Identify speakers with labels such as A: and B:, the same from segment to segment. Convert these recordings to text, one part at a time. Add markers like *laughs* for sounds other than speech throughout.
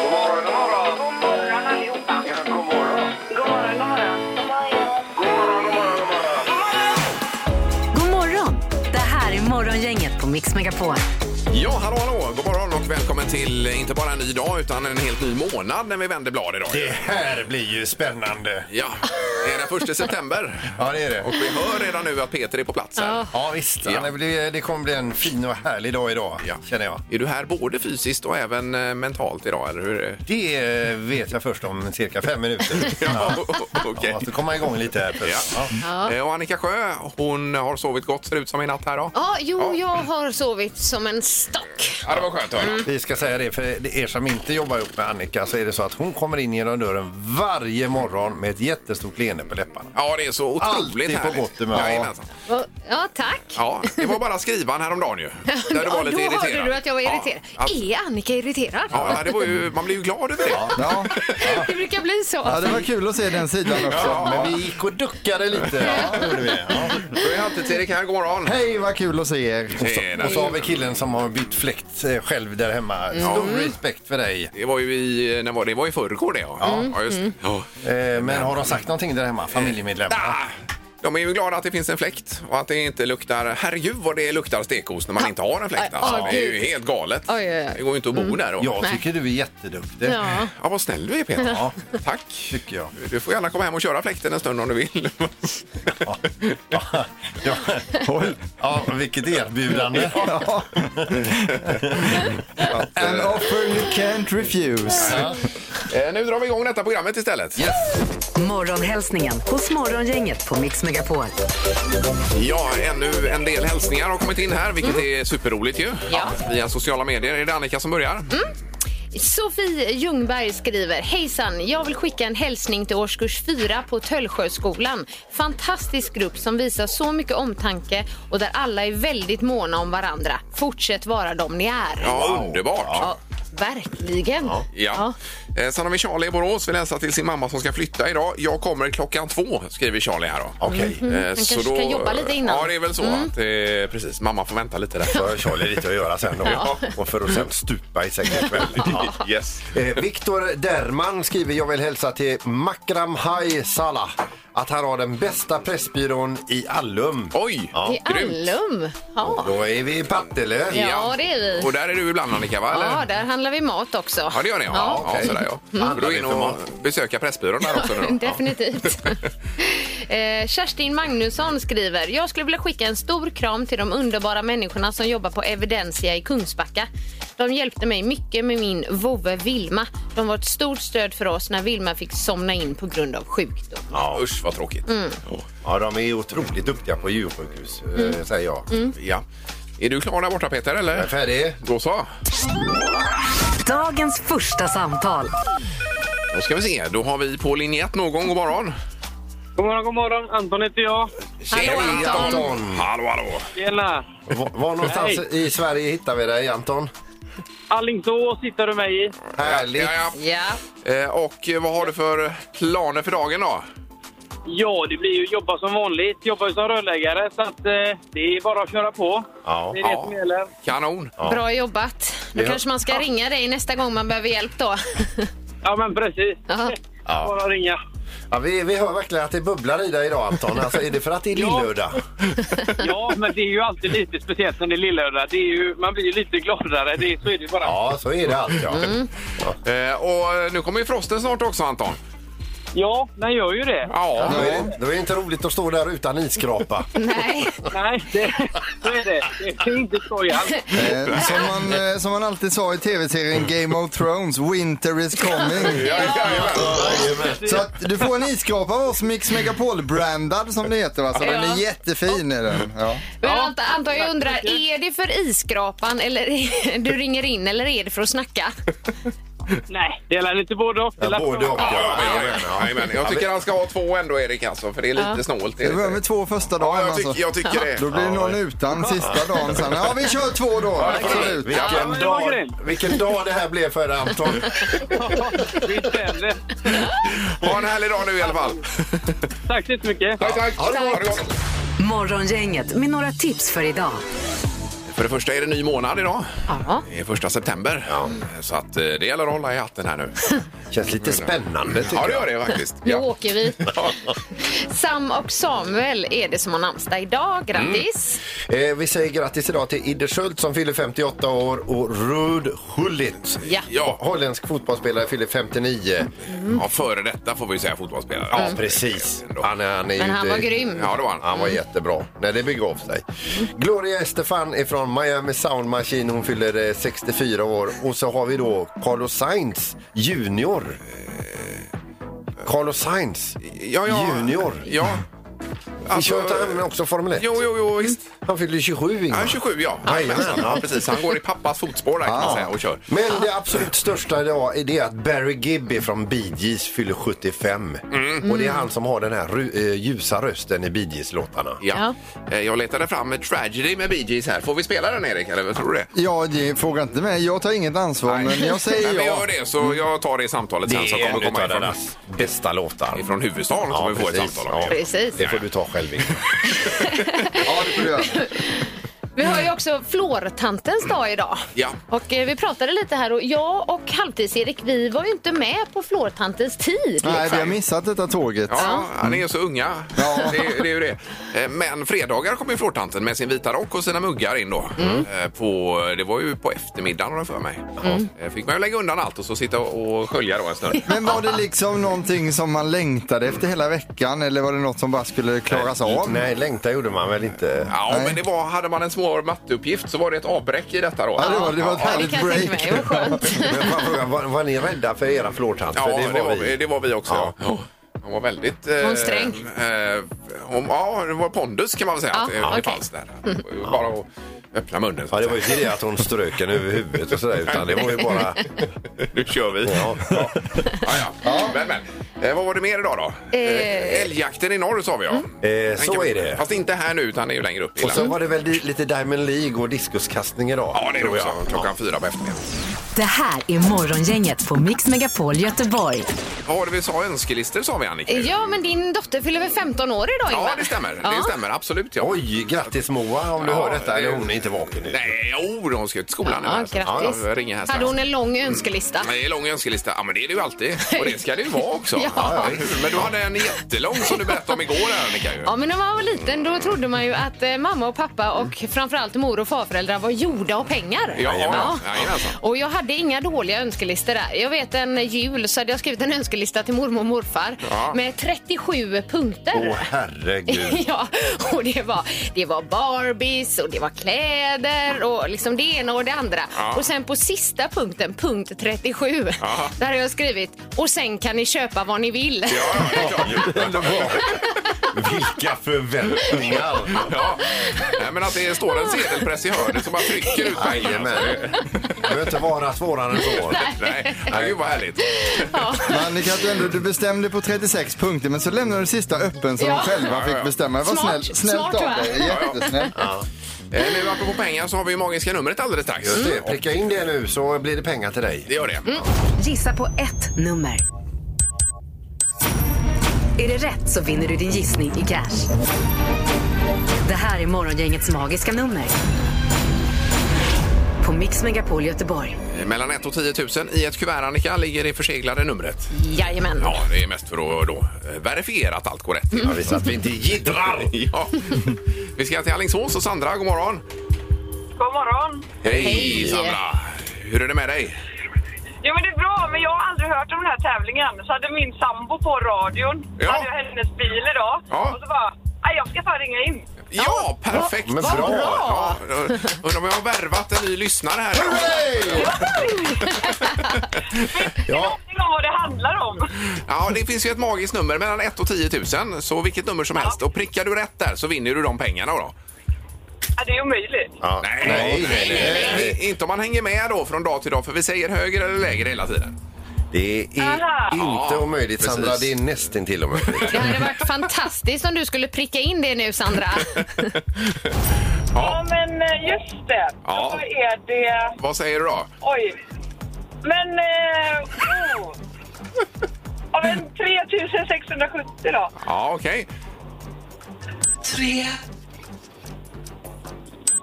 A: God morgon, god morgon. God morgon allihopa. Ja, god morgon. God morgon, god morgon. God morgon, god morgon, god morgon.
B: God morgon! Det här är Morgongänget på Mix Megapol.
C: Ja, hallå, hallå! God morgon och välkommen till eh, inte bara en ny dag utan en helt ny månad när vi vänder blad idag.
D: Det här blir ju spännande.
C: Ja, det är den första september.
D: Ja, det är
C: Och
D: det.
C: vi hör redan nu att Peter är på plats här.
D: Ja, visst.
C: Ja.
D: Ja. Det, det kommer bli en fin och härlig dag idag,
C: Ja.
D: känner jag.
C: Är du här både fysiskt och även eh, mentalt idag, eller hur? är det?
D: Det eh, vet jag först om cirka fem *laughs* minuter.
C: Ja, *laughs*
D: Jag
C: okej.
D: måste komma igång lite här. först.
C: Ja. Eh, Och Annika Sjö, hon har sovit gott ser det ut som i natt här då.
E: Ja, jo,
C: Ja.
E: jag har sovit som en stock.
C: Ja, det var skönt att höra.
E: Mm.
D: Vi ska säga det, för det- er som inte jobbar ihop med Annika så är det så att hon kommer in genom dörren varje morgon med ett jättestort leende på läpparna.
C: Ja, det är så otroligt
D: Alltid på
C: härligt.
D: gott humör.
C: Jajamensan.
E: Och- Ja, tack.
C: Ja, det var bara skrivan
E: *laughs*
C: häromdagen ju. Där du var
E: Ja,
C: lite
E: då
C: irriterad.
E: hörde du att jag var
C: Ja,
E: irriterad.
C: att-
E: Är Annika irriterad?
C: Ja, det var ju, man blir ju glad över det.
F: Ja.
E: *laughs* Det brukar bli så.
F: ja, det var kul att se den sidan också.
D: Men vi gick och duckade lite. Ja, det gjorde vi. Ja.
C: Då är Halvtids-Erik här, god morgon.
F: Hej, vad kul att se er.
C: Tjena.
D: Och så har vi killen som har bytt fläkt eh, själv där hemma. Stor respekt för dig.
C: Det var ju i, när var det? det var i förrgår det ja. ja, just det. Ja.
D: Eh, Men har de sagt någonting där hemma, familjemedlemmarna?
C: Ah, De är ju glada att det finns en fläkt och att det inte luktar... Herregud vad det luktar stekost när man inte har en fläkt.
E: Aj,
C: Alltså.
E: åh,
C: det är ju
E: gud.
C: helt galet.
E: Oj, oj, oj.
C: Det går ju inte att bo där. Och...
D: Jag tycker du är jätteduktig.
E: Ja.
C: Ja, vad snäll du är Peter.
D: Ja.
C: Tack.
D: Tycker jag.
C: Du får gärna komma hem och köra fläkten en stund om du vill.
D: Ja. Ja. ja, vilket erbjudande.
F: An offer you can't refuse.
C: Eh, nu drar vi igång detta programmet istället.
B: Morgonhälsningen hos Morgongänget på Mix Megapol.
C: Ja, ännu en del hälsningar har kommit in här, vilket är superroligt ju.
E: Ja.
C: Via sociala medier. Är det Annika som börjar?
E: Sofie Ljungberg skriver Hejsan, jag vill skicka en hälsning till årskurs 4 på Töllsjöskolan. Fantastisk grupp som visar så mycket omtanke och där alla är väldigt måna om varandra. Fortsätt vara de ni är.
C: Ja, underbart.
E: Ja, verkligen.
C: Ja. Eh, Sen har vi Charlie i Borås. Vill hälsa till sin mamma som ska flytta idag. Jag kommer klockan två, skriver Charlie här då.
D: Okej.
C: Eh,
E: Mm-hmm. Han kanske ska jobba lite innan. Mm.
C: Ja, det är väl så. Att, eh, precis, mamma får vänta lite där.
D: Då har Charlie lite att göra sen då.
C: Ja.
D: Och för att sen stupa i sängen ikväll. *laughs* Ja.
C: yes.
G: Eh, Viktor Derman skriver jag vill hälsa till Makram Hai Salah att han har den bästa Pressbyrån i Allum.
C: Oj,
E: I Allum. Ja.
G: Då är vi i Partille.
E: Ja. det är vi.
C: Och där är du ibland Annika, va? Eller?
E: Ja, där handlar vi mat också.
C: Ja, det gör ni. Ja, ja,
D: okej.
C: sådär, ja. Mm. Då in och besöka Pressbyrån där också.
E: *laughs*
C: Nu då.
E: Definitivt. Eh, Kerstin Magnusson skriver. Jag skulle vilja skicka en stor kram till de underbara människorna som jobbar på Evidensia i Kungsbacka. De hjälpte mig mycket med min vovve Vilma. De var ett stort stöd för oss när Vilma fick somna in på grund av sjukdom.
C: Ja, usch vad tråkigt.
E: Mm.
D: ja, de är otroligt duktiga på djursjukhus, eh, säger jag.
E: Mm.
C: Ja. Är du klar där borta Peter, eller?
D: Jag är färdig.
C: Då så.
B: Dagens första samtal.
C: Då ska vi se. Då har vi på linje 1 någon. God morgon.
H: God morgon, god morgon. Anton heter jag.
C: Tjena,
D: Anton.
C: Hallå, hallå.
H: Tjena!
D: Var, var någonstans i Sverige hittar vi dig, Anton?
H: Alingsås hittar du mig i.
D: Härligt.
C: Ja, ja.
E: Ja.
C: Eh, Och eh, vad har du för planer för dagen då?
H: Ja, det blir ju jobba som vanligt. Jobbar ju som rörläggare, så att, eh, det är bara att köra på.
D: Ja.
H: Det är det
C: Ja.
H: som gäller.
C: Kanon.
E: Bra jobbat. Då
D: Ja.
E: kanske man ska ringa dig nästa gång man behöver hjälp då. *laughs*
H: Ja, men precis.
E: Ja.
H: *laughs* Bara ringa.
D: Ja, vi, vi hör verkligen att det bubblar i dig idag, Anton. Alltså, är det för att det är
H: Ja.
D: lillördag?
H: Ja, men det är ju alltid lite speciellt när det är lillördag. Det är ju, man blir ju lite gladare. Det, är- så är det bara.
D: Ja, så är det alltid. Ja.
C: *laughs*
E: Mm.
C: Eh, Och eh, nu kommer ju frosten snart också Anton.
H: Ja, den gör ju det.
C: Ja.
D: Då är det, då är det inte roligt att stå där utan
E: *laughs*
D: isskrapa.
E: Nej.
H: Nej, det, så är det. Det är inte skoj alls.
F: Eh, som, man, eh, som man alltid sa i tv-serien Game of Thrones, winter is coming.
C: Ja,
F: Så att du får en isskrapa av oss, Mix Megapol-brandad som det heter. Alltså, den är
E: Ja.
F: jättefin. Är den. Ja.
E: Men Anton, Anton, jag undrar, är det för iskrapan eller du ringer in eller är det för att snacka?
I: Nej, delar ni inte både och?
D: Ja, både och. Ja,
C: Jajamän, jajamän. Jag tycker han ska ha två ändå, Erik, alltså, för det är lite
E: Ja.
C: snålt. är
F: Det
C: det
F: börjar
C: inte?
F: med två första
C: Ja,
F: dagen
C: jag, tycker-
F: alltså.
C: jag tycker det.
F: Då blir det någon utan sista dagen sen. Ja, vi kör två då. Absolut.
I: Ja,
D: Vilken
I: men det var
D: dag,
I: grymt.
D: vilken dag det här blev för dig, Anton.
I: Visst är det.
C: Ha en härlig dag nu i alla fall.
I: Tack så mycket.
C: Tack, tack. Ha det bra. Ha det bra.
B: Morgongänget med några tips för idag.
C: För det första är det ny månad idag.
E: Ja.
C: Det är första september. Så att eh, det gäller att hålla i hatten här nu.
D: Känns lite spännande, tycker
C: Ja,
D: jag.
C: det gör det faktiskt.
E: Nu
C: *laughs* Ja.
E: åker vi. Sam och Samuel är det som har namnsdag idag.
C: Mm.
E: Grattis!
D: Eh, vi säger grattis idag till Idde Schultz som fyller 58 år och Rud Hullit.
E: Ja.
C: Ja.
D: Holländsk fotbollsspelare fyller 59.
C: ja, före detta får vi säga fotbollsspelare.
D: Ja, precis. Han är, han är
E: Mm. Men
D: ju
E: han
D: inte-
E: var grym.
C: Ja, det var han.
D: Han var jättebra när det begav sig. Gloria Estefan är från Miami Sound Machine. Hon fyller eh, 64 år. Och så har vi då Carlos Sainz junior.
C: Eh.
D: Carlos Sainz.
C: Ja, ja.
D: Junior.
C: Ja.
D: Vi kör inte han också Formel 1?
C: Alltså, Jo, jo, jo, visst.
D: Han fyller 27, Ingmar.
C: Han är 27, ja.
D: Jajamän.
C: ja precis. Han går i pappas fotspår där, kan man säga, och kör.
D: Men det absolut största idag är det att Barry Gibb är från Bee Gees fyller 75.
C: Mm.
D: Och det är han som har den här ru- eh, ljusa rösten i Bee Gees-låtarna.
C: Ja. Eh, Jag letade fram Tragedy med Bee Gees här. Får vi spela den, Erik? Eller vad tror du det?
F: Ja, det frågar inte mig. Jag tar inget ansvar, men jag
C: Nej,
F: säger
C: men gör
F: ja.
C: det, så jag tar det i samtalet sen så kommer komma ifrån,
D: bästa låtar.
C: ifrån huvudstaden
D: Ja,
C: kommer vi få ett
D: precis.
C: samtal om.
D: Ja.
C: det.
E: Precis.
D: Det får du ta själv,
C: *laughs*
D: Ingmar.
F: Ja, det får du göra.
E: Vi har ju också flårtantens dag idag.
C: Ja.
E: Och eh, vi pratade lite här och jag och Halvtids-Erik, vi var ju inte med på flårtantens tid.
F: Nej, vi har missat detta tåget.
C: Ja, han är ju så unga. Det, det är ju det. Eh, Men fredagar kommer ju flårtanten med sin vita rock och sina muggar in då. Eh, På, det var ju på eftermiddagen har jag för mig. Eh, Fick man ju lägga undan allt och så sitta och skölja då en stund.
F: Men var det liksom någonting som man längtade efter hela veckan eller var det något som bara skulle klaras av?
D: Nej, längta gjorde man väl inte.
C: Alltså, Ja,
F: Nej.
C: men det var, hade man en svår matteuppgift så var det ett avbräck i detta då.
F: Ja, det var, det var ett
E: Ja, det
F: härligt
E: kan jag tänka
F: break.
E: mig. Vad skönt.
D: Men får jag fråga, var, var ni rädda för era flårtant?
C: Ja,
D: För
C: det, var vi. det var vi också.
D: Ja.
C: Ja. Hon var väldigt... eh,
E: Hon sträng.
C: Eh, hon, ja, det var pondus kan man väl säga
E: Ja,
C: att det, det
E: okej.
C: fanns där. Det var ju Bara att öppna munnen. Så
D: Ja,
C: att
D: det var ju
C: säga.
D: inte det att hon strök en över huvudet och sådär, utan det var ju bara...
C: *laughs* Nu kör vi. Ja, ja. ja. Men, men. Eh, vad var det mer idag då? Eh, älgjakten i norr sa vi ja. Den
D: så
C: kan vi-
D: är det.
C: Fast inte här nu utan det är ju längre upp i
D: Och så
C: landet.
D: var det väl di- lite Diamond League och diskuskastning idag.
C: Ja, det är det
D: tror jag.
C: också. Klockan fyra på eftermiddagen.
B: Det här är Morgongänget på Mix Megapol Göteborg.
C: Vad var det vi sa? Önskelister sa vi Annika.
E: Ja, men din dotter fyller väl 15 år idag,
C: Ja,
E: Ingmar?
C: det stämmer.
E: Ja.
C: Det stämmer absolut. Ja.
D: Oj, grattis Moa om du
C: Ja,
D: hör detta.
C: det-
D: Eller hon är inte vaken nu.
C: Nej, jo, hon ska ju till skolan.
E: Ja,
C: här, så-
E: grattis.
C: Ja, jag ringer här
E: Hade
C: strax. Mm.
E: hon en lång önskelista?
C: Nej, lång önskelista. Ja, men det är det ju alltid. Och det ska det ju vara också.
E: Ja.
C: Men du hade en jättelång som du berättade om igår, här, Annika. Ju.
E: Ja, men när man var liten då trodde man ju att eh, mamma och pappa och framförallt mor och farföräldrar var gjorda av pengar.
C: Ja, jajamensan.
E: Och jag hade inga dåliga önskelistor där. Jag vet en jul så hade jag skrivit en önskelista till mormor och morfar
C: Ja.
E: med 37 punkter.
D: Åh,
C: *laughs*
D: herregud.
E: *laughs* Ja, och det var, det var Barbies och det var kläder och liksom det ena och det andra.
C: Ja.
E: Och sen på sista punkten, punkt 37,
C: Ja.
E: där har jag skrivit och sen kan ni köpa vad ni vill.
C: Ja,
E: *laughs*
C: ja, det är klart.
D: Underbart. Vilka förväntningar.
C: Ja. Nej, men att det står en sedelpress i hörnet som man trycker ut pengarna.
D: Jajamän.
C: alltså.
D: Det behöver inte vara svårare än
C: Mm.
D: så.
C: Nej, Nej, gud vad härligt.
F: Men Annika, du, ändå, du bestämde på 36 punkter men så lämnade du sista öppen som
E: Ja.
F: de själva
C: Ja, ja.
F: fick bestämma. Det var
E: Smart.
F: snällt, snällt
E: Smart, va?
F: av dig. Jättesnällt.
C: Eh, Nu apropå pengar så har vi ju magiska numret alldeles strax.
D: Just det, Mm. pricka in det nu så blir det pengar till dig.
C: Det gör det.
B: Gissa på ett nummer. Är det rätt så vinner du din gissning i cash. Det här är Morgongängets magiska nummer. På Mix Megapol Göteborg.
C: Eh, Mellan 1 och 10 000 i ett kuvert, Annika, ligger det förseglade numret.
E: Jajamän.
C: Ja, det är mest för att då eh, verifiera att allt går rätt till.
D: Ja, visst att vi inte jiddrar.
C: *laughs* Ja. Vi ska till Alingsås och Sandra, god morgon.
I: God morgon.
C: Hej,
E: Hej.
C: Sandra! Hur är det med dig?
I: Jo, men det är bra, men jag har aldrig hört om den här tävlingen. Så hade min sambo på radion.
C: Ja.
I: Hade jag hennes bil idag.
C: Ja.
I: Och så bara, "Nej, jag ska fan ringa in.
C: Ja, perfekt!
D: Men bra.
C: Ja, undrar om jag har värvat en ny lyssnare här.
D: Ja,
I: Ingen aning om vad det handlar om.
C: Ja, det finns ju ett magiskt nummer mellan 1 och 10 000, så vilket nummer som helst. Och prickar du rätt där så vinner du de pengarna då.
I: Ja, det är omöjligt.
D: Ja.
C: Nej, nej, nej, Inte om man hänger med då från dag till dag, för vi säger högre eller lägre hela *laughs* tiden.
D: Det är
I: Aha.
D: inte
C: Ja,
D: omöjligt,
C: precis.
D: Sandra. Det är nästan till omöjligt.
E: Det hade varit fantastiskt om du skulle pricka in det nu,
C: *laughs*
E: Sandra.
C: Ja,
J: Ja, men eh, just det.
C: Ja.
J: Då är det...
C: vad säger du då?
J: Oj. Men... Eh, oh. ja, men 3670 då.
C: Ja, okej.
K: Tre,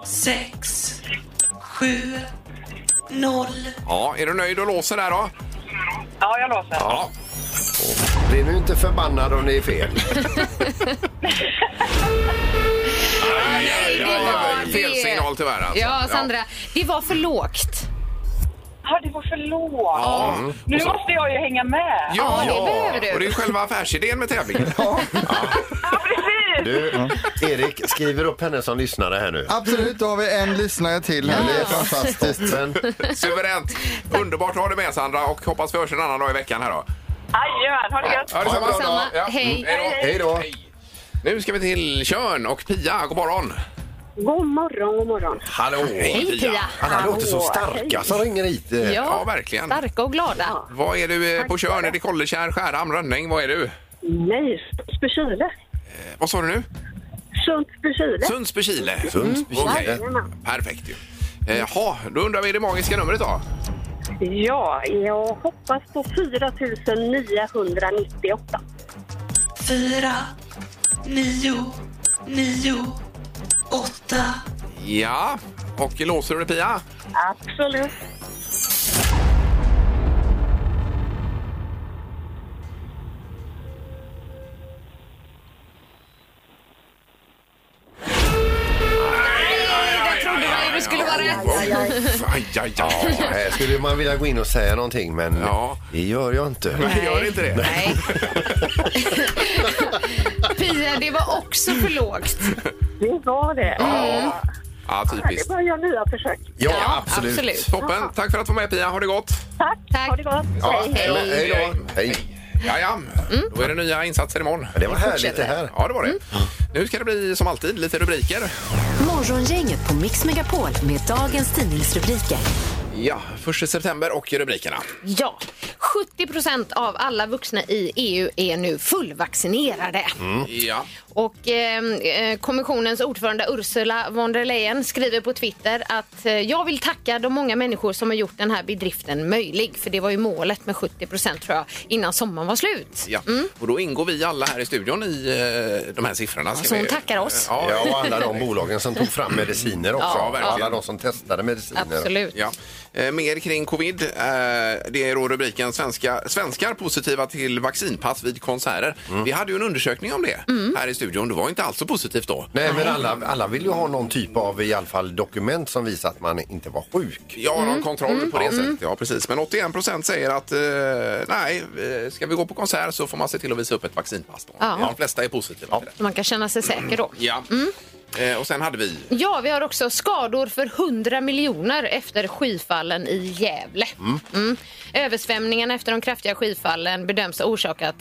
K: sex, sju, noll.
C: Ja, är du nöjd och låser där då?
J: Ja, jag låser.
C: Ja.
D: Blir nu inte förbannad om det är fel.
E: Det
C: Ja,
E: var det.
C: Fel signal tyvärr alltså.
E: Ja, Sandra. Det var för lågt.
J: Ja, det var för lågt.
C: Ja. Mm.
J: Nu
C: Och så-
J: måste jag ju hänga med.
E: Ja, det behöver du.
C: Och det är själva affärsidén med tävlingen.
J: Ja, precis!
D: Du, Erik, skriver upp henne som lyssnare här nu.
F: Absolut, då har vi en lyssnare till här. Det är fantastiskt.
D: Men,
C: Suveränt! Underbart att ha dig med Sandra och hoppas vi hörs en annan dag i veckan här då.
J: Jajamän, ha det gött!
C: Ja, detsamma.
D: Ha en bra
E: Samma.
D: dag.
C: Ja.
E: Hej.
C: då.
D: hej då.
C: Nu ska vi till Tjörn och Pia, god morgon!
J: God morgon, god morgon.
C: Hallå!
E: Hej, Pia.
D: Alla låter så starka som ringer hit. eh.
C: ja, verkligen.
E: Starka och glada.
C: Vad är du eh, på Tjörn? Är det Kollekärr, Skärhamn, Rönning? Vad är du?
J: Nej, Sundsbykile.
C: Eh, Vad sa du nu?
J: Sundsbykile.
C: Sundsbykile.
J: Mm.
D: Sundsbykile.
C: Okej. Perfekt ju. Eh, Jaha, då undrar vi det magiska numret då.
J: Ja, jag hoppas på 4998.
K: Fyra, nio, nio, åtta.
C: Ja, och låser du det Pia?
J: Absolut.
E: Jag trodde vad du skulle vara rätt.
C: Aj, aj,
D: Ja,
C: aj.
D: här Eh, skulle man vilja gå in och säga någonting, men
C: Ja.
D: det gör jag inte.
C: Nej, gör inte det. *laughs*
E: Nej. Pia, det var också för lågt.
J: Det var det.
C: Ja, ja typiskt.
J: bara att göra nya försök.
D: Ja,
E: absolut. absolut.
C: Toppen. Tack för att du var med Pia. Ha det gott.
J: Tack.
E: Tack.
J: Ha det gott.
D: Ja,
J: Hej.
D: men
C: Hej. Mm.
D: Hej då. Hej.
C: Ja, ja. Då är det nya insatser imorgon.
D: Det var härligt det här.
C: Ja, det var det. Nu ska det bli som alltid lite rubriker.
B: Morgongänget på Mix Megapol med dagens tidningsrubriker.
C: Ja, första september och rubrikerna.
E: Ja, 70 procent av alla vuxna i EU är nu fullvaccinerade.
C: Ja.
E: Och eh, eh, kommissionens ordförande Ursula von der Leyen skriver på Twitter att eh, jag vill tacka de många människor som har gjort den här bedriften möjlig. För det var ju målet med 70 procent tror jag innan sommaren var slut. Mm,
C: ja. Och då ingår vi alla här i studion i eh, de här siffrorna. ska
E: så
C: vi-
E: hon tackar oss.
C: Ja,
D: Ja, och alla de bolagen som tog fram mediciner också.
C: Ja, verkligen.
D: alla de som testade mediciner.
E: Absolut.
C: Ja. Eh, mer kring covid. Eh, det är då rubriken svenska, Svenskar positiva till vaccinpass vid konserter. Vi hade ju en undersökning om det här i studion. Det var inte alls så positivt då.
D: Nej, men alla, alla vill ju ha någon typ av i alla fall dokument som visar att man inte var sjuk.
C: Ja, någon kontroll på det sättet. Ja, precis. Men 81 procent säger att eh, nej, eh, ska vi gå på konsert så får man se till att visa upp ett vaccinpass. Då.
E: Ja.
C: De flesta är positiva till
E: Så man kan känna sig säker då.
C: det. Ja. Eh, och sen hade vi...
E: Ja, vi har också skador för 100 miljoner efter skyfallen i Gävle. Mm. Översvämningarna efter de kraftiga skyfallen bedöms ha orsakat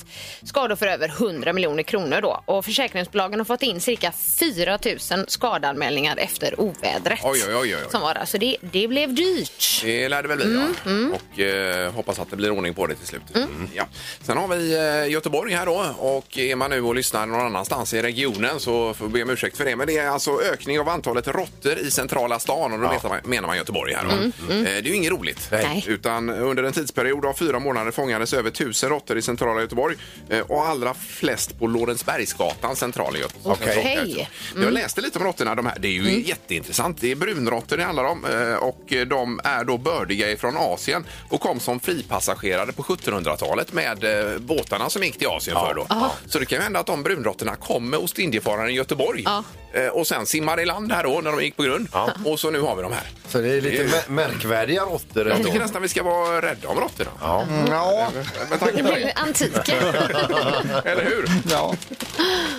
E: skador för över 100 miljoner kronor. Då. Och försäkringsbolagen har fått in cirka 4 000 skadanmälningar efter ovädret.
C: Oj, oj, oj, oj.
E: Som var där. Så det, det blev dyrt.
C: Det lär det väl bli, ja. Och eh, hoppas att det blir ordning på det till slut. Mm, Ja. Sen har vi eh, Göteborg här då. Och är man nu och lyssnar någon annanstans i regionen så får vi be om ursäkt för det. Men det är alltså ökning av antalet råttor i centrala stan och då menar man- menar man Göteborg här då. Eh, det är ju inget roligt.
E: Nej.
C: Utan under en tidsperiod av fyra månader fångades över tusen råttor i centrala Göteborg eh, och allra flest på Lorensbergsgatan, central i Göteborg.
E: Okej.
C: Okej. Jag läste lite om råttorna. De här. Det är ju jätteintressant. Det är brunråttor det handlar om eh, och de är då bördiga ifrån Asien och kom som fripassagerare på 1700-talet med eh, båtarna som gick till Asien förr då. Så det kan ju hända att de brunråttorna kom med Ostindiefararen i Göteborg
E: Ja.
C: eh, och sen simmade i land här då när de gick på grund. Och så nu har vi de här.
D: Så det är lite mä- märkvärdiga råttor
C: Jag
D: ändå.
C: tycker nästan vi ska vara rädda om råttorna.
D: Mm. Ja.
F: Mm, Ja.
C: Med tanke på det. *laughs*
E: Antiken.
C: Eller hur?
F: Ja.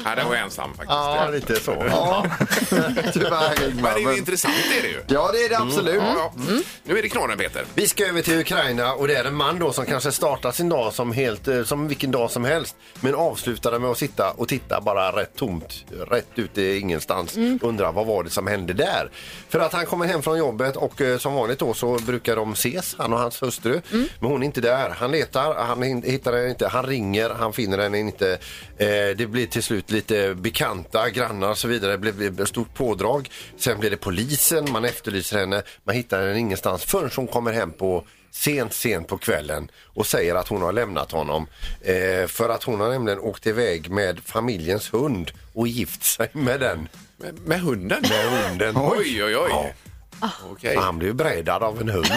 C: Nej, den var jag ensam faktiskt.
D: Ja, lite så.
F: Ja.
D: *laughs*
F: Tyvärr,
C: Men det är ju
F: Ingmar.
C: intressant är det ju.
F: Ja, det är det absolut.
C: Ja, ja. Nu är det knorren Peter.
D: Vi ska över till Ukraina och det är en man då som kanske startar sin dag som, helt, eh, som vilken dag som helst men avslutar den med att sitta och titta bara rätt tomt, rätt ute i ingenstans. Undrar vad var det som hände där? För att han kommer hem från jobbet och eh, som vanligt då så brukar de ses, han och hans hustru. Men hon är inte där. Han letar, han hin- hittar henne inte, han ringer, han finner henne inte. Eh, det blir till slut lite bekanta, grannar och så vidare. Det blev- blev ett stort pådrag. Sen blir det polisen, man efterlyser henne. Man hittar henne ingenstans förrän hon kommer hem på sent, sent på kvällen och säger att hon har lämnat honom. Eh, för att hon har nämligen åkt iväg med familjens hund och gift sig med den.
C: Med, med hunden?
D: Med hunden.
C: Oj, oj, oj.
D: Ja.
C: Okej.
D: Så han blev brädad av en hund.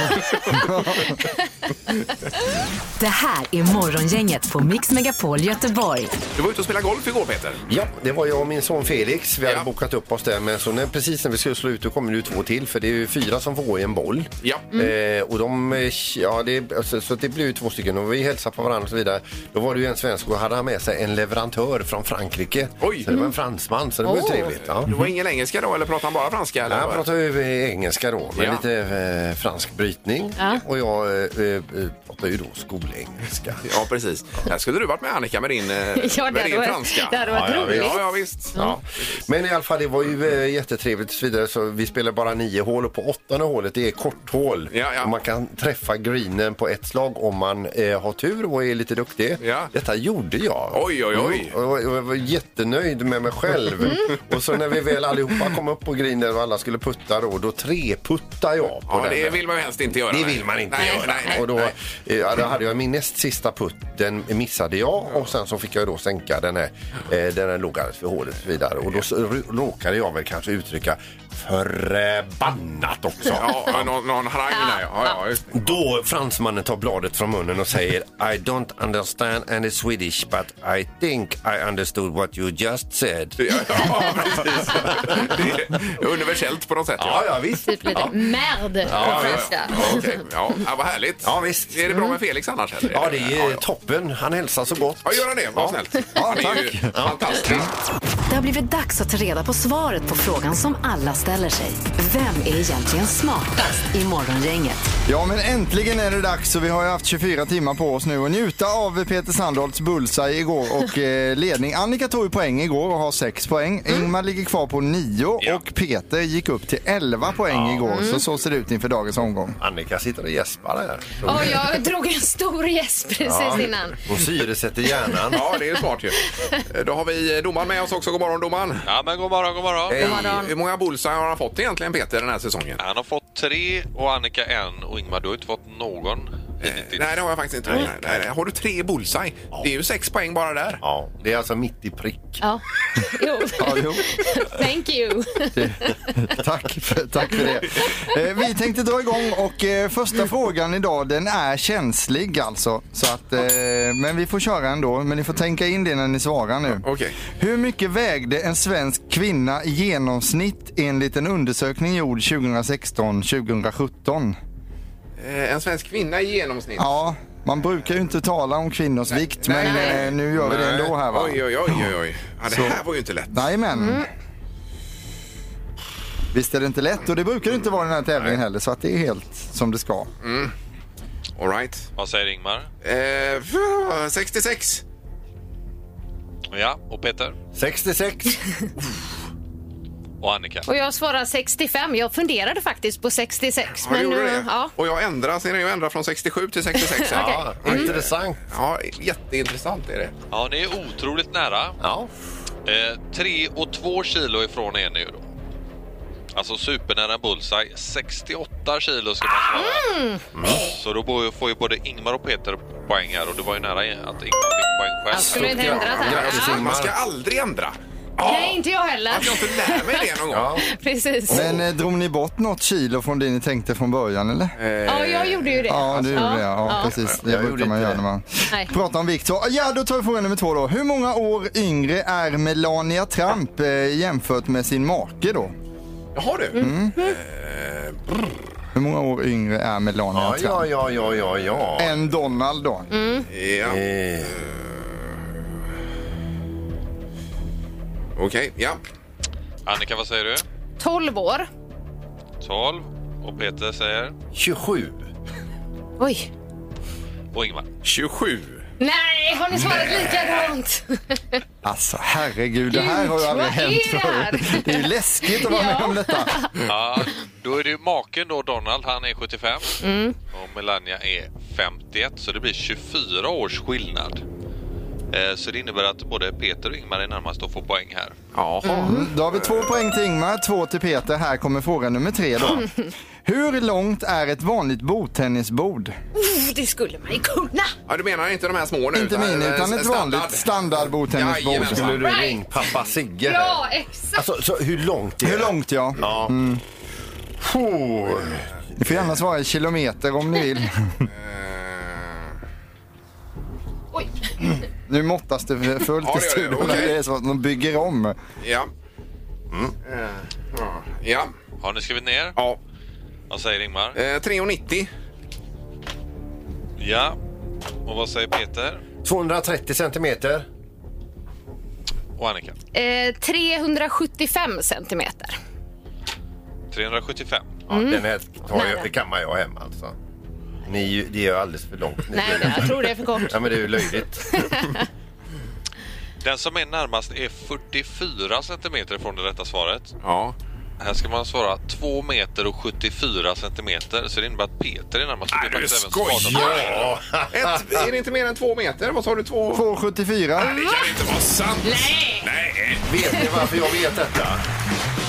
B: Det här är Morgongänget på Mix Megapol Göteborg.
C: Du var ute och spelade golf igår Peter.
D: *laughs* Ja, det var jag och min son Felix. Vi hade
C: Ja.
D: bokat upp oss där, men så när, precis när vi skulle slå ut då kommer det ju två till, för det är ju fyra som får i en boll.
C: Ja. Mm.
D: Eh, och de, eh, ja, det, så, så det blev ju två stycken och vi hälsade på varandra och så vidare. Då var det ju en svensk och hade han med sig en leverantör från Frankrike.
C: Oj. Mm.
D: Så det var en fransman, så det var ju trevligt. Ja.
C: Det var ingen engelska då eller pratade han bara franska? Eller?
D: Ja, Jag pratar ju eh, engelska då, med
C: Ja.
D: lite eh, fransk brytning.
E: Ja.
D: Och jag eh, eh, pratar ju då skolengelska.
C: Ja, precis. Där skulle du varit med Annika
D: *laughs*
C: med din,
E: det
C: eh, med
E: hade
C: din
E: varit-
C: franska.
E: det hade varit
C: ja, ja,
E: roligt.
C: Ja, ja, visst.
D: Ja. Men i alla fall, det var ju eh, jättetrevligt och så vidare. Så vi spelar bara nio hål och på åttonde hålet, det är korthål.
C: Ja, ja.
D: Och man kan träffa greenen på ett slag om man eh, har tur och är lite duktig.
C: Ja.
D: Detta gjorde jag.
C: Oj, oj, oj. Mm.
D: Mm, och jag var jättenöjd med mig själv. Och så när vi väl allihopa kom upp på greenen och alla skulle putta då, då treputtade jag på
C: Ja,
D: den.
C: det vill man ju helst inte göra.
D: Det
C: nej.
D: vill man inte
C: nej,
D: göra.
C: Nej, nej,
D: och då,
C: nej.
D: eh, ja, då hade jag min näst sista putt, den missade jag och sen så fick jag då sänka den här, eh, den här låg alldeles för hålet och så vidare. Och då så ru- råkade jag väl kanske uttrycka förbannat också.
C: Ja, ja, någon, någon harang där. Ja, ja, just det.
D: Då fransmannen tar bladet från munnen och säger I don't understand any Swedish but I think I understood what you just said.
C: Ja, ja,
D: *laughs*
C: precis. Det är universellt på något sätt.
D: Ja, ja visst.
E: Typ lite märd.
C: Ja,
E: på
C: ja,
E: franska.
C: ja. Ja, okej. ja, ja, vad härligt.
D: Ja, visst. Mm.
C: Är det bra med Felix annars? Eller?
D: Ja, det
C: Ja,
D: är
C: ja.
D: toppen. Han hälsar så gott.
C: Ja, gör han det? Vad snällt.
F: Ja,
C: Han är ju Fantastiskt.
B: Det har blivit dags att ta reda på svaret på frågan som alla ställer sig. Vem är egentligen smartast i Morgongänget?
F: Ja, men äntligen är det dags så vi har ju haft 24 timmar på oss nu och njuta av Peter Sandholts bullseye igår och eh, ledning. Annika tog ju poäng igår och har 6 poäng. Ingmar ligger kvar på 9
C: Ja.
F: och Peter gick upp till 11 poäng igår. Så så ser det ut inför dagens omgång.
D: Annika sitter och gäspar här.
E: Oj, jag drog en stor gäsp precis innan.
D: Hon syresätter hjärnan.
C: Ja, det är ju smart ju. Då har vi eh, domaren med oss också. God morgon domaren.
L: Ja, men god morgon, god morgon.
C: Hej. Hur många bullseye har han fått egentligen Peter den här säsongen?
L: Han har fått tre och Annika en och Ingmar, du har inte fått någon
E: Eh,
L: hittills.
C: Nej, det har jag faktiskt inte. Nej, nej, nej. Har du tre bullseye? Det är ju sex poäng bara där.
D: Ja, det är alltså mitt i prick.
E: Ja. Jo.
F: Ja, jo.
E: *laughs* Thank you.
F: Tack för, tack för det. Eh, vi tänkte dra igång och eh, första frågan idag den är känslig alltså. Så att, eh, men vi får köra ändå. Men ni får tänka in det när ni svarar nu.
C: Okej.
F: Hur mycket vägde en svensk kvinna i genomsnitt enligt en undersökning gjord 2016-2017?
C: Eh, En svensk kvinna i genomsnitt.
F: Ja, man brukar ju inte tala om kvinnors vikt men eh, nu gör vi det ändå här va?
C: Oj, oj, oj, oj, oj. Ja, det
F: Så.
C: här var ju inte lätt.
F: Jajamän. Visst är det inte lätt och det brukar det inte vara i den här tävlingen heller så att det är helt som det ska.
C: All right.
L: Vad säger Ingmar?
C: Eh, f- 66.
L: Ja, och Peter?
E: *laughs*
D: 66.
L: Och Annika?
E: Och jag svarar 65. Jag funderade faktiskt på 66.
C: Har du gjort
E: nu,
C: det?
E: Ja.
C: Och jag ändrar, ser ni, jag ändrar från 67 till 66. ja.
D: Ja,
E: Mm.
D: Intressant.
C: ja, jätteintressant är det.
L: Ja, ni är otroligt nära.
D: Ja.
L: Eh, tre och två kilo ifrån er nu då. Alltså supernära bullseye. 68 kilo ska man svara.
E: Mm.
D: Mm.
L: Så då får ju- får ju både Ingmar och Peter poäng här och det var ju nära att Ingmar fick poäng själv.
E: Jag skulle inte ändra det här.
D: Grattis,
E: Ja.
D: Ingmar.
C: Man ska aldrig ändra.
E: Nej, inte jag heller.
C: Att jag inte lär mig det någon gång.
D: Ja.
E: *laughs* Precis.
F: Men eh, drog ni bort något kilo från det ni tänkte från början eller?
E: Ja, jag gjorde ju det.
F: Ja, det gjorde jag. Ja, precis. Det
D: Jag gjorde
F: brukar man
D: inte
F: göra
D: det.
F: när man
E: Nej.
F: pratar om vikt. Så, ja, då tar vi fråga nummer två då. Hur många år yngre är Melania Trump eh, jämfört med sin make då?
E: Mm.
C: Jaha du. Eh,
F: Hur många år yngre är Melania
D: Ja,
F: Trump?
D: ja, ja, ja, ja, ja.
F: Än Donald då?
E: Mm.
C: Ja.
D: Eh,
C: Okej, ja.
L: Annika, vad säger du?
E: 12 år.
L: 12. Och Peter säger?
D: 27.
E: Oj.
L: Och Ingmar?
C: 27.
E: Nej, har ni svarat
F: Nej.
E: likadant?
F: Alltså herregud, det här har ju aldrig
E: vad
F: hänt
E: är det här?
F: förut. Det är ju läskigt att vara med om detta.
L: Ja, då är det ju maken då, Donald. Han är 75
E: Mm.
L: och Melania är 51, så det blir 24 års skillnad. Eh, Så det innebär att både Peter och Ingmar är närmast att få poäng här.
F: Mm, då har vi två poäng till Ingmar, två till Peter. Här kommer fråga nummer tre då. Hur långt är ett vanligt bordtennisbord?
E: Uff, det skulle man ju kunna.
C: Ja, du menar inte de här små nu? eh,
F: Inte min, utan ett vanligt standardbordtennisbord.
C: Jajamensan. Skulle
D: Du ring pappa Sigge här.
E: Ja, exakt.
D: Alltså, så hur långt är
F: Hur
D: det?
F: långt ja.
D: Ja.
F: Mm.
D: Puh.
F: Ni får gärna svara i kilometer om ni vill.
C: *laughs*
E: Oj.
F: Nu måttas det fullt
C: Ja, det gör
F: i
C: det.
F: studion.
C: Okej.
F: Det är så att de bygger om.
C: Ja. Eh, Ja.
L: Har ni skrivit ner?
C: Ja.
L: Vad säger Ingmar?
C: Eh, 3,90.
L: Ja. Och vad säger Peter
D: 230 centimeter.
L: och Annika?
E: Eh, 375 centimeter.
L: 375.
D: Ja, Den här tar
E: Mm. Nära.
D: jag, det kammar jag hem alltså. Ni, är ju- det är ju alldeles för långt. Ni-
E: Nej, nej, jag tror det är för kort.
D: Ja, men det är ju löjligt.
L: *laughs* Den som är närmast är 44 centimeter från det rätta svaret.
C: Ja.
L: Här ska man svara 2 meter och 74 centimeter, så det innebär att Peter är närmast. Nej,
C: du skojar! Ett, är det inte mer än två meter? Vad sa du? Två?
F: 2,74.
C: Det kan inte vara sant! Nej! Nej.
D: vet ni varför jag vet detta?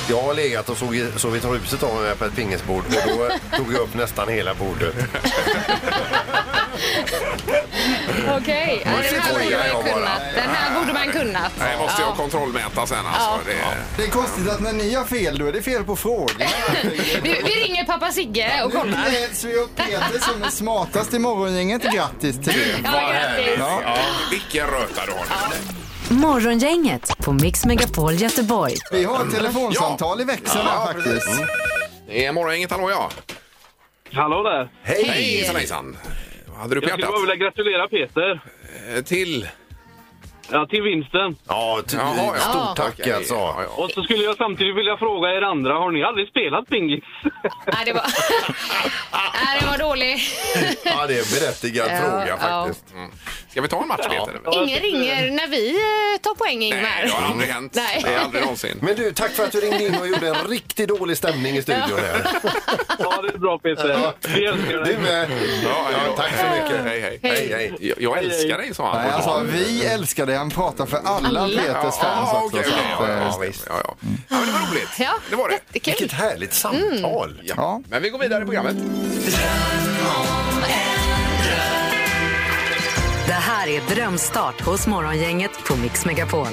D: Jag har legat och såg, sovit ruset av mig på ett pingisbord och då tog jag upp nästan hela bordet.
E: Okej, ja, den här borde man ju kunnat. Den här borde man kunnat.
C: Nej, eh, måste jag kontrollmäta sen alltså. Det,
F: Det är konstigt att när ni har fel då är det fel på frågan.
E: Vi, vi ringer pappa Sigge och
F: Nu
E: kollar.
F: gläds vi åt Peter som är smartast i morgongänget. Grattis till det.
E: Ja, grattis.
C: ja. Vilken röta du har nu.
B: Morgongänget på Mix Megapol Göteborg.
F: Vi har ett telefonsamtal i växeln här faktiskt.
C: Det är morgongänget, hallå ja.
I: Hallå där.
C: Hej! Hejsan hejsan! Vad hade du på
I: Jag skulle
C: hjärtat?
I: bara vilja gratulera Peter
C: Eh, Till?
I: ja, till vinsten.
D: Ja, ty,
C: Jaha, ja.
D: stort tack
C: Okej.
D: alltså.
C: Ja, ja.
I: Och så skulle jag samtidigt vilja fråga er andra, har ni aldrig spelat pingis?
E: Nej, det var...
C: *laughs*
E: Nej, det var dålig.
D: Ja, det är en berättigad
E: Ja,
D: fråga
E: ja.
D: faktiskt.
C: Mm. Ska vi ta en match Peter?
E: Ingen ringer när vi eh, tar poäng,
C: Nej, det har
E: Ingmar.
C: aldrig hänt.
E: Nej.
C: Det är aldrig
D: *laughs*
C: någonsin.
D: Men du, tack för att du ringde in och gjorde en riktigt dålig stämning i studion här.
I: Ja, det är bra Peter. Vi älskar
D: Du
I: dig.
D: med.
C: Ja, ja,
D: Ja, tack så mycket.
C: Hej, hej.
D: Hej, hej.
C: Jag, jag älskar dig, sa han.
F: Nej, alltså, vi älskar dig. Han pratar för alla
E: Alla.
F: Peters fans
C: Ja,
F: också.
C: okej,
F: så
C: okej,
F: att,
C: ja, ja,
F: eh,
C: ja, visst. Ja, ja. ja, men det var roligt.
E: *laughs* Ja,
C: Det var det.
E: jättekul.
D: Vilket härligt samtal.
F: Ja.
C: Men vi går vidare i programmet.
B: Det här är drömstart hos morgongänget på Mix Megapol.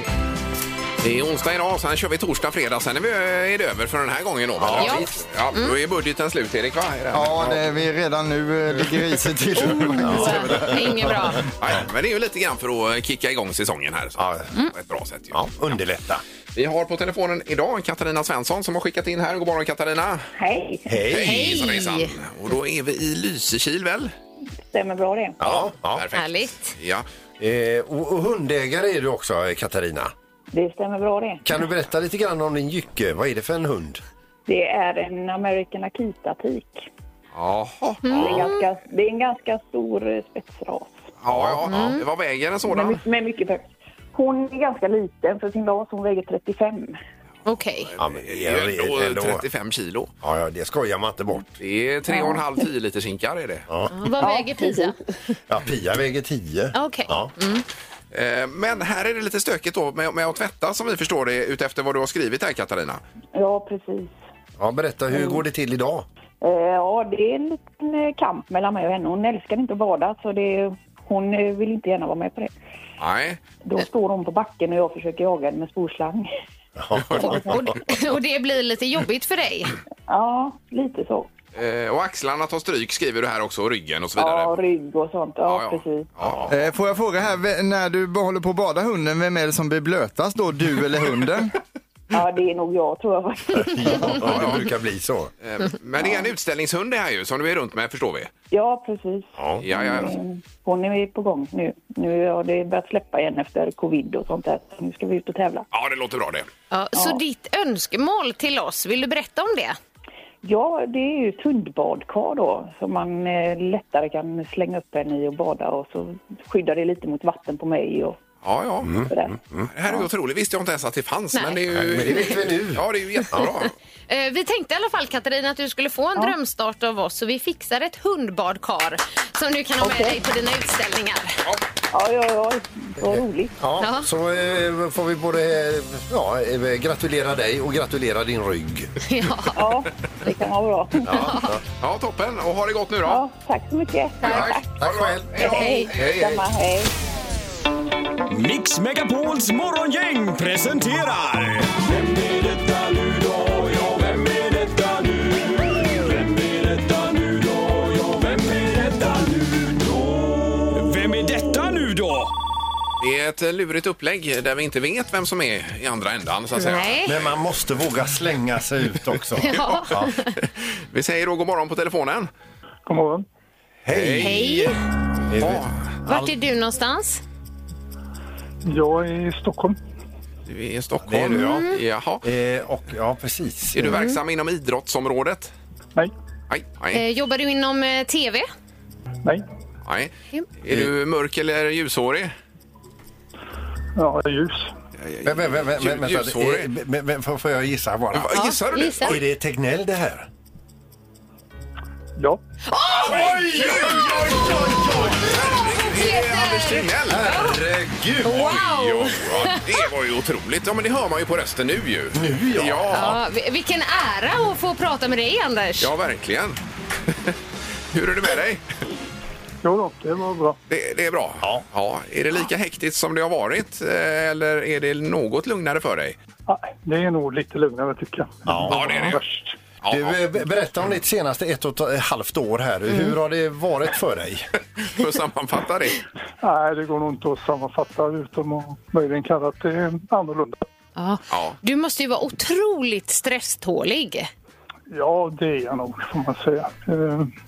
C: Det är onsdag idag, sen kör vi torsdag, fredag. Sen är, vi, är det över för den här gången. Då, ja,
E: Ja.
C: ja, då är budgeten slut, Erik. Va? Är det-
F: Ja, det är vi redan nu eh, ligger risigt till.
C: Oh,
E: Så, Inget bra.
C: Nej, men det är ju lite grann för att eh, kicka igång säsongen här. Så. På ett bra sätt. Ju.
D: Ja, underlätta.
C: Vi har på telefonen idag Katarina Svensson som har skickat in här. God morgon Katarina!
J: Hej,
D: Hej.
C: Hejsan, hejsan. Och då är vi i Lysekil väl?
J: stämmer bra det.
D: Ja, ja.
C: Perfekt.
E: Härligt.
C: Ja.
D: Eh, och, och hundägare är du också, eh, Katarina.
J: Det stämmer bra det.
D: Kan du berätta lite grann om din jycke? Vad är det för en hund?
J: Det är en American Akita-tik.
C: Jaha.
J: Det, är ganska- det är en ganska stor eh, spetsras.
C: Ja, ja, ja. Det var vägen en
J: Med,
C: sådan.
J: my- med mycket bög. Hon är ganska liten för sin ras. Hon väger 35.
E: Okej.
D: Ja, men
C: Det är ju ändå 35 kilo.
D: Ja, ja, det skojar man inte bort.
C: Det är 3,5 10 liter kinkar är det.
E: Vad väger Pia?
D: Ja, Pia väger 10.
E: Okej.
D: Ja.
C: Eh, Men här är det lite stökigt då med, med att tvätta som vi förstår det utefter vad du har skrivit här Katarina.
J: Ja, precis.
D: ja, berätta hur går det till idag?
J: Eh, Ja, det är en liten eh, kamp mellan mig och henne. Hon älskar inte att bada så det, hon eh, vill inte gärna vara med på det.
C: Nej,
J: Då står hon på backen och jag försöker jaga henne med sporslang. *laughs*
H: *laughs*
E: Och, och det blir lite jobbigt för dig.
J: Ja, lite så.
C: Eh, och axlarna tar stryk skriver du här också och ryggen och så vidare.
J: Ja, rygg och sånt. Ja, precis.
C: Ja.
F: Eh, Får jag
C: *laughs*
F: fråga här, v- när du b- håller på att bada hunden, vem är det som blir blötast då? Du eller hunden?
J: Ja, det är nog jag tror jag faktiskt.
D: Ja, det brukar bli så.
C: eh, Men det är en utställningshund det här ju, som du är runt med förstår vi.
J: Ja, precis.
C: Ja, ja, ja.
J: Mm, Hon är på gång nu. Nu har det börjat släppa igen efter covid och sånt där. Nu ska vi ut och tävla.
C: det låter bra det.
E: Ja, så ditt önskemål till oss, vill du berätta om det?
J: Ja, det är ju ett hundbadkar då som man eh, lättare kan slänga upp henne i och bada och så skyddar det lite mot vatten på mig och
C: Ja, ja.
B: Mm,
J: sådär.
C: Det här är ju otroligt. Visste jag inte ens att det fanns. Men det, är ju...
D: Nej, men det vet vi nu.
C: Ja, det är ju jättebra.
E: Eh, Vi tänkte i alla fall Katarina att du skulle få en drömstart av oss så vi fixar ett hundbadkar som du kan ha med dig på dina utställningar.
J: Ja, ja, ja. Vad roligt.
D: Ja, så eh, får vi både eh, ja, eh, gratulera dig och gratulera din rygg.
J: Ja, det kan vara bra.
D: Ja, ja.
C: Ja, toppen. Och ha det gott nu då.
J: Ja, tack så mycket.
C: Tack. Tack själv.
J: Hej.
C: Hej, hej.
J: Detsamma, hej.
M: Mix Megapols morgongäng presenterar... Vem är detta nu då? Ja, vem är detta nu? Vem är detta nu då? Ja, vem är detta nu då? Vem är detta nu då?
C: Det är ett eh, lurigt upplägg där vi inte vet vem som är i andra ändan. Så att säga.
E: Nej.
H: Men man måste våga slänga sig ut *laughs* också.
E: Ja.
C: Vi säger då god morgon på telefonen.
I: God morgon.
H: Hej!
E: Hej!
H: Eh,
C: Ja,
E: Vart är du någonstans?
I: Jag är i Stockholm.
C: du är i
H: Det är
C: Stockholm.
H: du, ja.
C: Jaha.
H: Eh, och, ja, precis.
C: Är du verksam inom idrottsområdet?
I: Nej,
C: Nej. nej,
E: Eh, Jobbar du inom eh, TV?
I: nej.
C: nej. Är du mörk eller ljushårig?
I: Ja, jag är ljus.
H: Men, men, men, men, men, vänta,
C: Ljushårig.
H: eh, men, men, får får jag gissa bara?
C: Vad Gissar du?
E: Gissa.
H: Är det Tegnell det här?
I: Ja.
C: Oj, oj, oj, oj, oj! Det är
E: Peter!
C: Anders Tegnell.
H: Herregud!
C: Oj, oj, oj. Det var ju otroligt. Ja, men det hör man ju på rösten nu ju. Nu ja. Ja,
E: Ja, vi- vilken ära att få prata med dig, Anders.
C: ja verkligen. Hur är det med dig?
I: Jo då, det var bra.
C: Det, det är bra. Ja. Är det lika hektiskt som det har varit eh, eller är det något lugnare för dig?
I: Nej, det är nog lite lugnare tycker jag.
C: Ja, det är det.
I: Värst.
C: Ja,
H: Du, eh, be- berätta om ditt senaste ett och ett halvt år här.
J: Mm.
H: Hur har det varit för dig?
C: för att sammanfatta det.
I: Nej, det går nog inte att sammanfatta utom att möjligen kalla att det är annorlunda.
E: Ja.
C: Ja.
E: Du måste ju vara otroligt stresstålig.
I: Ja, det är jag nog får man säga.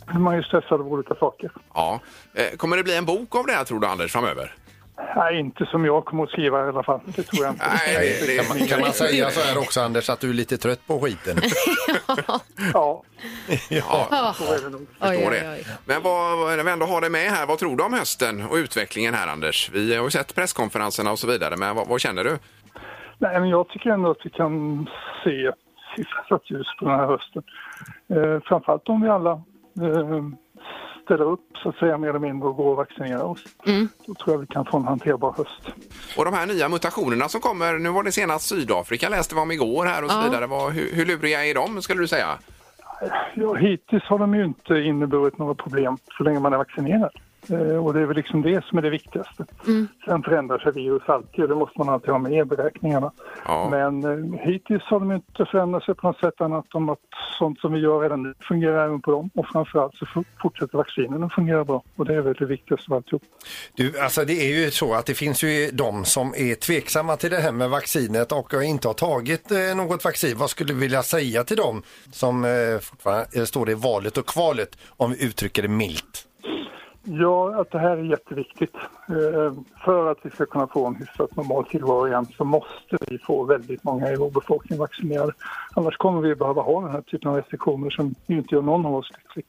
I: Eh, Man är ju stressad av olika saker.
C: Ja. Eh, Kommer det bli en bok av det här tror du Anders framöver?
I: Nej, inte som jag kommer att skriva i alla fall. Det tror jag inte.
C: Nej, det,
H: Kan man, kan man säga så här också Anders, att du är lite trött på skiten?
I: Ja,
C: Ja,
I: så är det nog.
E: Oj,
C: förstår
E: oj,
C: det.
E: oj.
C: Men vad, vad- när vi ändå har det med här, vad tror du om hösten och utvecklingen här Anders? Vi har ju sett presskonferenserna och så vidare, men vad, vad känner du?
I: Nej, men jag tycker ändå att vi kan se hyfsat ljus på den här hösten. Eh, framförallt om vi alla eh, ställer upp så att säga mer eller mindre och går och vaccinerar oss. Då tror jag vi kan få en hanterbar höst.
C: Och de här nya mutationerna som kommer, nu var det senast Sydafrika läste vi om igår här och så
E: Ja.
C: vidare. Vad, hur, hur luriga är de skulle du säga?
I: Ja, hittills har de ju inte inneburit några problem så länge man är vaccinerad. Eh, och det är väl liksom det som är det viktigaste. Sen förändrar sig virus alltid och det måste man alltid ha med i beräkningarna.
C: Ja.
I: Men eh, hittills har de ju inte förändrat sig på något sätt annat än att sånt som vi gör redan nu fungerar även på dem. Och framförallt så f- fortsätter vaccinen att fungera bra och det är väl det viktigaste av alltihop.
H: Du, alltså det är ju så att det finns ju de som är tveksamma till det här med vaccinet och inte har tagit eh, något vaccin. Vad skulle du vilja säga till dem som eh, fortfarande eh, står i valet och kvalet om vi uttrycker det milt?
I: Ja, att det här är jätteviktigt. Eh, För att vi ska kunna få en hyfsat normal tillvaro igen så måste vi få väldigt många i vår befolkning vaccinerade. Annars kommer vi behöva ha den här typen av restriktioner som inte gör någon av oss lycklig.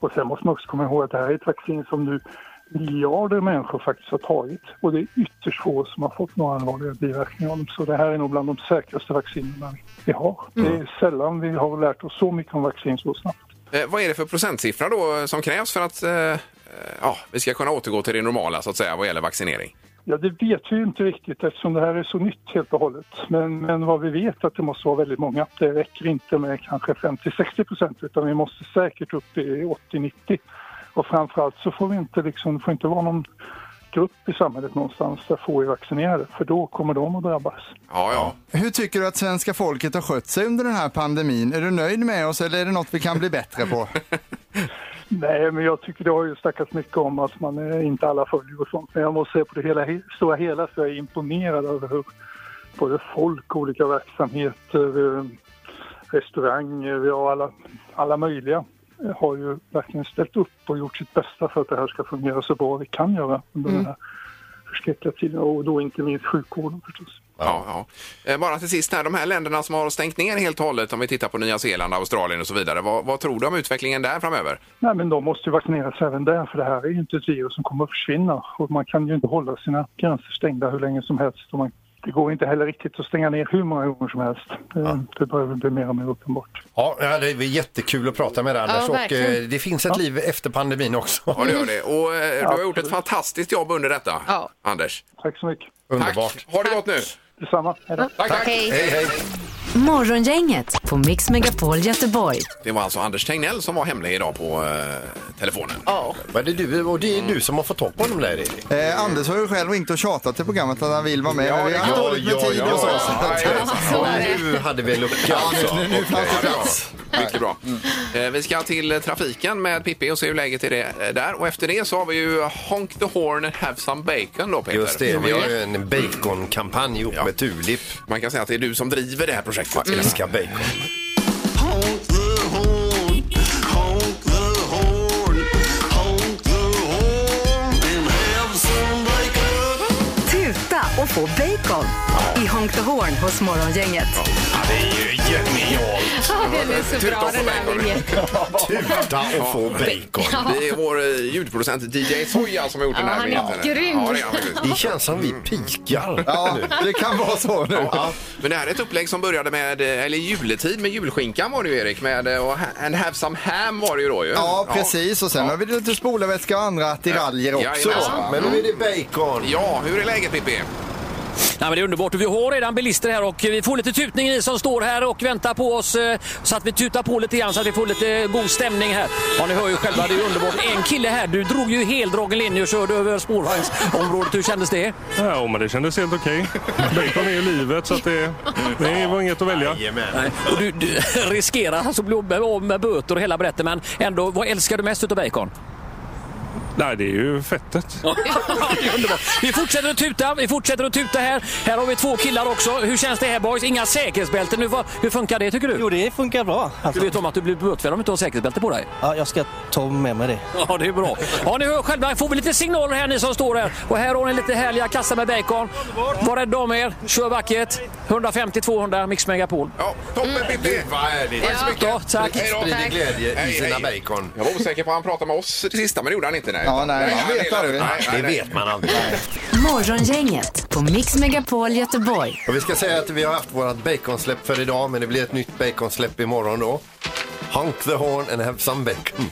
I: Och sen måste man också komma ihåg att det här är ett vaccin som nu miljarder människor faktiskt har tagit och det är ytterst få som har fått några allvarliga biverkningar av dem. Så det här är nog bland de säkraste vaccinerna vi har. Det är sällan vi har lärt oss så mycket om vaccin så snabbt.
C: Eh, vad är det för procentsiffra då som krävs för att eh, eh, ja, vi ska kunna återgå till det normala så att säga vad gäller vaccinering?
I: Ja, det vet vi ju inte riktigt eftersom det här är så nytt helt och hållet. Men, men vad vi vet är att det måste vara väldigt många. Det räcker inte med kanske 50-60 procent utan vi måste säkert upp i 80-90. Och framförallt så får vi inte, liksom, får inte vara någon grupp i samhället någonstans där få är vaccinerade för då kommer de att drabbas.
C: Ja, ja.
F: Hur tycker du att svenska folket har skött sig under den här pandemin? Är du nöjd med oss eller är det något vi kan bli bättre
C: *laughs*
F: på?
I: Nej, men jag tycker det har ju snackats mycket om att man eh, inte alla följer och sånt. Men jag måste säga på det hela, stora hela så är jag imponerad över hur både folk, olika verksamheter, eh, restauranger, ja alla, alla möjliga eh, har ju verkligen ställt upp och gjort sitt bästa för att det här ska fungera så bra vi kan göra under
E: Mm.
I: den här förskräckliga tiden och då inte minst sjukvården förstås.
C: Ja, ja. Eh, Bara till sist, här, de här länderna som har stängt ner helt och hållet, om vi tittar på Nya Zeeland, Australien och så vidare, vad, vad tror du om utvecklingen där framöver?
I: Nej, men de måste ju vaccineras även där, för det här är ju inte ett virus som kommer att försvinna. Och man kan ju inte hålla sina gränser stängda hur länge som helst. Och man, det går inte heller riktigt att stänga ner hur många gånger som helst. Eh, Det börjar väl bli mer och mer uppenbart.
D: Ja, ja, det är jättekul att prata med dig Anders och eh,
I: verkligen.
D: det finns ett liv efter pandemin också.
C: Ja, det gör det. Och eh, du har gjort ett fantastiskt jobb under detta,
I: Ja.
C: Anders.
I: Tack så mycket.
D: Underbart.
C: Ha det gott nu!
I: Detsamma. Hej då.
C: Tack, tack.
B: Hej.
C: Hej, hej.
B: Morgongänget på Mix Megapol Göteborg.
C: Det var alltså Anders Tegnell som var hemlig idag på eh, telefonen.
B: Ja.
D: Men det är, du, och det är du som har fått tag på honom där Erik.
F: Eh, Anders har ju själv ringt och tjatat till programmet att han vill vara med. men vi har haft dåligt med tid och så. så att-
D: Nu hade vi en lucka alltså.
F: nu- nu fanns det
D: Okej.
F: plats.
C: Mycket bra. Eh, Vi ska till eh, trafiken med Pippi och se hur läget är det eh, där. Och efter det så har vi ju Honk the Horn and Have Some Bacon då Peter.
D: Just det, vi har ju en baconkampanj ihop med Tulip.
C: Man kan säga att det är du som driver det här projektet.
D: Jag älskar bacon.
B: Tuta och få bacon i Honk the Horn hos Morgongänget.
C: Det är ju genialt!
B: Ja, den är så bra, den här
C: vinjetten.
D: Tuta och få bacon.
C: Ja. Det är vår eh, ljudproducent DJ Soja som har gjort
D: Ja,
C: den här
D: han är
C: vinjetten.
D: grym.
C: Ja, det är han faktiskt.
D: Det känns som vi pikar.
F: Ja,
D: nu.
F: det kan vara så nu.
C: Ja. Men det här är ett upplägg som började med, eh, eller juletid med julskinkan var det ju Erik, med eh, och ha- and have some ham var det ju då ju.
F: Ja, precis. Och sen har vi lite spolarvätska och andra attiraljer också.
C: Jajamensan. Men nu är det
D: bacon.
C: Ja, hur är läget Pippi?
N: Nej, men det är underbart och vi har redan bilister här och vi får lite tutning ni som står här och väntar på oss eh, så att vi tutar på lite grann så att vi får lite god stämning här. Ja, ni hör ju själva, det är underbart. En kille här, du drog ju heldragen linje och körde över spårvagnsområdet. Hur kändes det?
O: Ja, men det kändes helt okej. Bacon är ju livet så att det, det var inget att välja.
N: Nej. Och du, *laughs* du riskerar alltså att bli av med- av med böter och hela brätten men ändå, vad älskar du mest utav bacon?
O: Nej, det är ju fettet.
N: *laughs* Det är underbart. Vi fortsätter att tuta, vi fortsätter att tuta här. Här har vi två killar också. Hur känns det här boys? Inga säkerhetsbälten. Hur, va- hur funkar det tycker du? Jo, det funkar bra. Du vet om att du blir bötfälld om du inte har säkerhetsbälte på dig?
P: alltså. Ja, jag ska ta med mig det.
N: Ja, det är bra. Ja, ni hör själva. Får vi lite signaler här ni som står här. Och här har ni lite härliga kassar med bacon. Var rädda om er. Kör vackert. 150-200 Mix Megapol.
C: Ja, toppen
D: Mm.
C: Pippi! Vad härligt! Tack så mycket!
N: Ja, tack.
C: Hej då.
N: Sprider glädje i sina
C: bacon. Jag var osäker på att han pratade med oss det sista, men det gjorde han inte. Nej,
F: Ja, nej, det
C: han
F: vet
C: delade
F: aldrig.
C: ut. Nej,
D: Det
C: nej, nej.
D: vet man aldrig.
B: Morgongänget på Mix Megapol Göteborg.
D: Och vi ska säga att vi har haft vårt baconsläpp för idag, men det blir ett nytt baconsläpp imorgon då. Honk the horn and have some
F: *laughs*
D: bacon.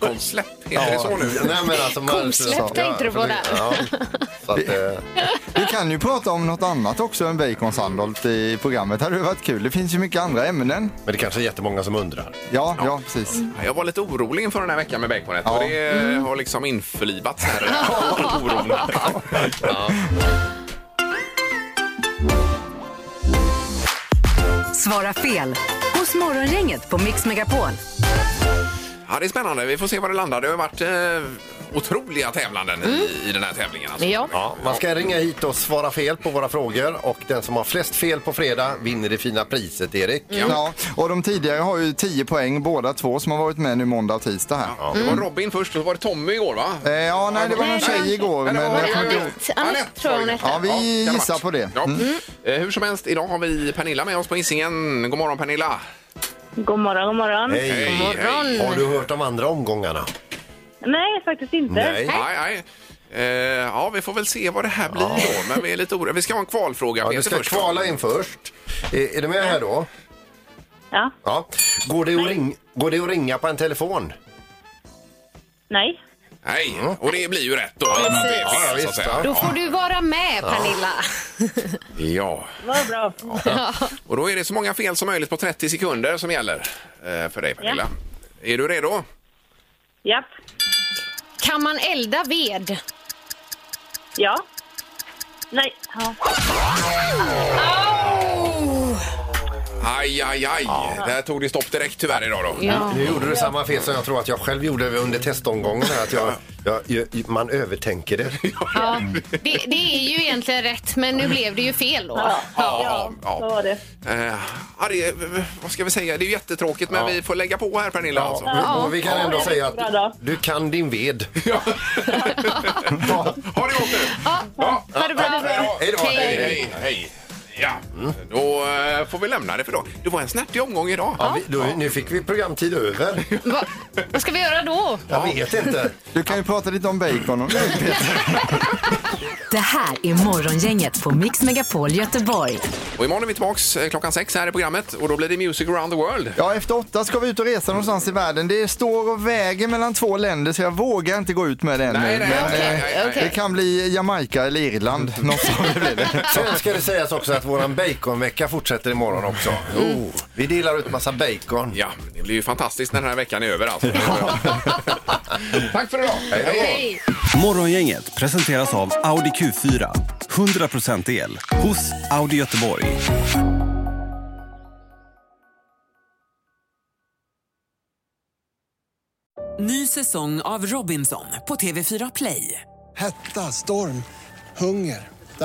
C: Baconsläpp, heter det så nu?
D: Nej, men alltså, man-
F: Kosläpp
D: Ja,
F: tänkte du på
D: precis.
F: där.
D: Ja, så att, eh,
F: Vi kan ju prata om något annat också än bacon Sandholt i programmet. Det hade ju varit kul. Det finns ju mycket andra ämnen.
D: Men det kanske är jättemånga som undrar.
F: Ja, ja, precis.
C: Jag var lite orolig inför den här veckan med baconet och det
D: Mm.
C: har liksom införlivats här. *laughs* Oron. Ja.
B: Svara fel hos Morgongänget på Mix Megapol.
C: ja, det är spännande. Vi får se var det landar. Det har ju varit eh, otroliga tävlanden i, i den här tävlingen. Alltså.
E: Ja.
D: Man ska ringa hit och svara fel på våra frågor och den som har flest fel på fredag vinner det fina priset, Erik.
F: Ja, och de tidigare har ju 10 poäng båda två som har varit med nu måndag och tisdag här.
C: Det var Robin först och så var det Tommy igår va?
F: Eh, ja, nej, det var någon tjej igår. Men,
C: var
F: jag kommer inte ihåg.
E: Annette, Annette tror jag hon heter.
F: ja, vi
C: kan det
F: gissar
C: vara.
F: på det.
C: Ja.
F: Mm.
C: Eh, hur som helst, idag har vi Pernilla med oss på Hisingen. God morgon Pernilla!
Q: God morgon, god morgon.
D: Hej, hej. Har du hört de andra omgångarna?
Q: Nej, faktiskt inte.
D: Nej.
C: Nej, nej. Eh, ja, vi får väl se vad det här blir då. Men vi är lite oroliga. Vi ska ha en kvalfråga.
D: Ja,
C: Peter,
D: du ska
C: först, va?
D: kvala in först. Är, är du med här då?
Q: Ja.
D: ja. Går, det att ring, går det att ringa på en telefon?
Q: Nej.
C: Nej, och det blir ju rätt då. Ja, det är
D: Ja,
C: fel, så att
D: visst,
C: säga.
E: Då får du vara med
C: Ja.
E: Pernilla.
C: Ja.
Q: Vad bra.
E: Ja.
C: Och då är det så många fel som möjligt på 30 sekunder som gäller eh, för dig Pernilla. Är du redo?
Q: Japp.
E: Kan man elda ved?
Q: Ja. Nej. Ja.
C: Aj, aj, aj. Där tog det stopp direkt tyvärr idag då.
D: Nu gjorde du samma fel som jag tror att jag själv gjorde under testomgången. Här, att jag Ja, ju- man övertänker
C: *laughs*
D: det.
E: Ja, det, det är ju egentligen rätt, men nu blev det ju fel då. Ja,
C: ja, ja.
R: Så var det.
C: Eh, ja, det, är- vad ska vi säga? Det är ju jättetråkigt men vi får lägga på här Pernilla. alltså. *laughs*
D: och- och vi kan ändå säga att du kan din ved.
E: Ja, ha det bra.
C: Hej då! Hej, hej, hej. Ja, då eh, får vi lämna det för idag. Det var en snärtig omgång idag.
D: Ja, vi, då, nu fick vi programtid över.
E: Va, vad ska vi göra då?
D: Jag vet inte.
F: Du kan ju prata lite om bacon om du vill, Peter.
B: Det här är Morgongänget på Mix Megapol Göteborg.
C: Och imorgon är vi tillbaks eh, klockan sex här i programmet och då blir det Music around the world.
F: Ja, efter åtta ska vi ut och resa någonstans i världen. Det står och väger mellan två länder så jag vågar inte gå ut med det ännu.
C: Nej, nej,
F: Men,
C: okej,
F: eh,
C: nej, nej.
F: Det kan bli Jamaica eller Irland. Något sånt blir
C: *laughs*
F: det.
D: Sen ska det sägas också att våran baconvecka fortsätter imorgon också.
C: Mm.
D: Oh, vi delar ut massa bacon.
C: Ja, det blir ju fantastiskt när den här veckan är över alltså. Tack för idag!
G: Morgongänget presenteras av Audi Q4. 100% el hos Audi Göteborg.
K: Ny säsong av Robinson på TV4 Play.
P: Hetta, storm, hunger. Det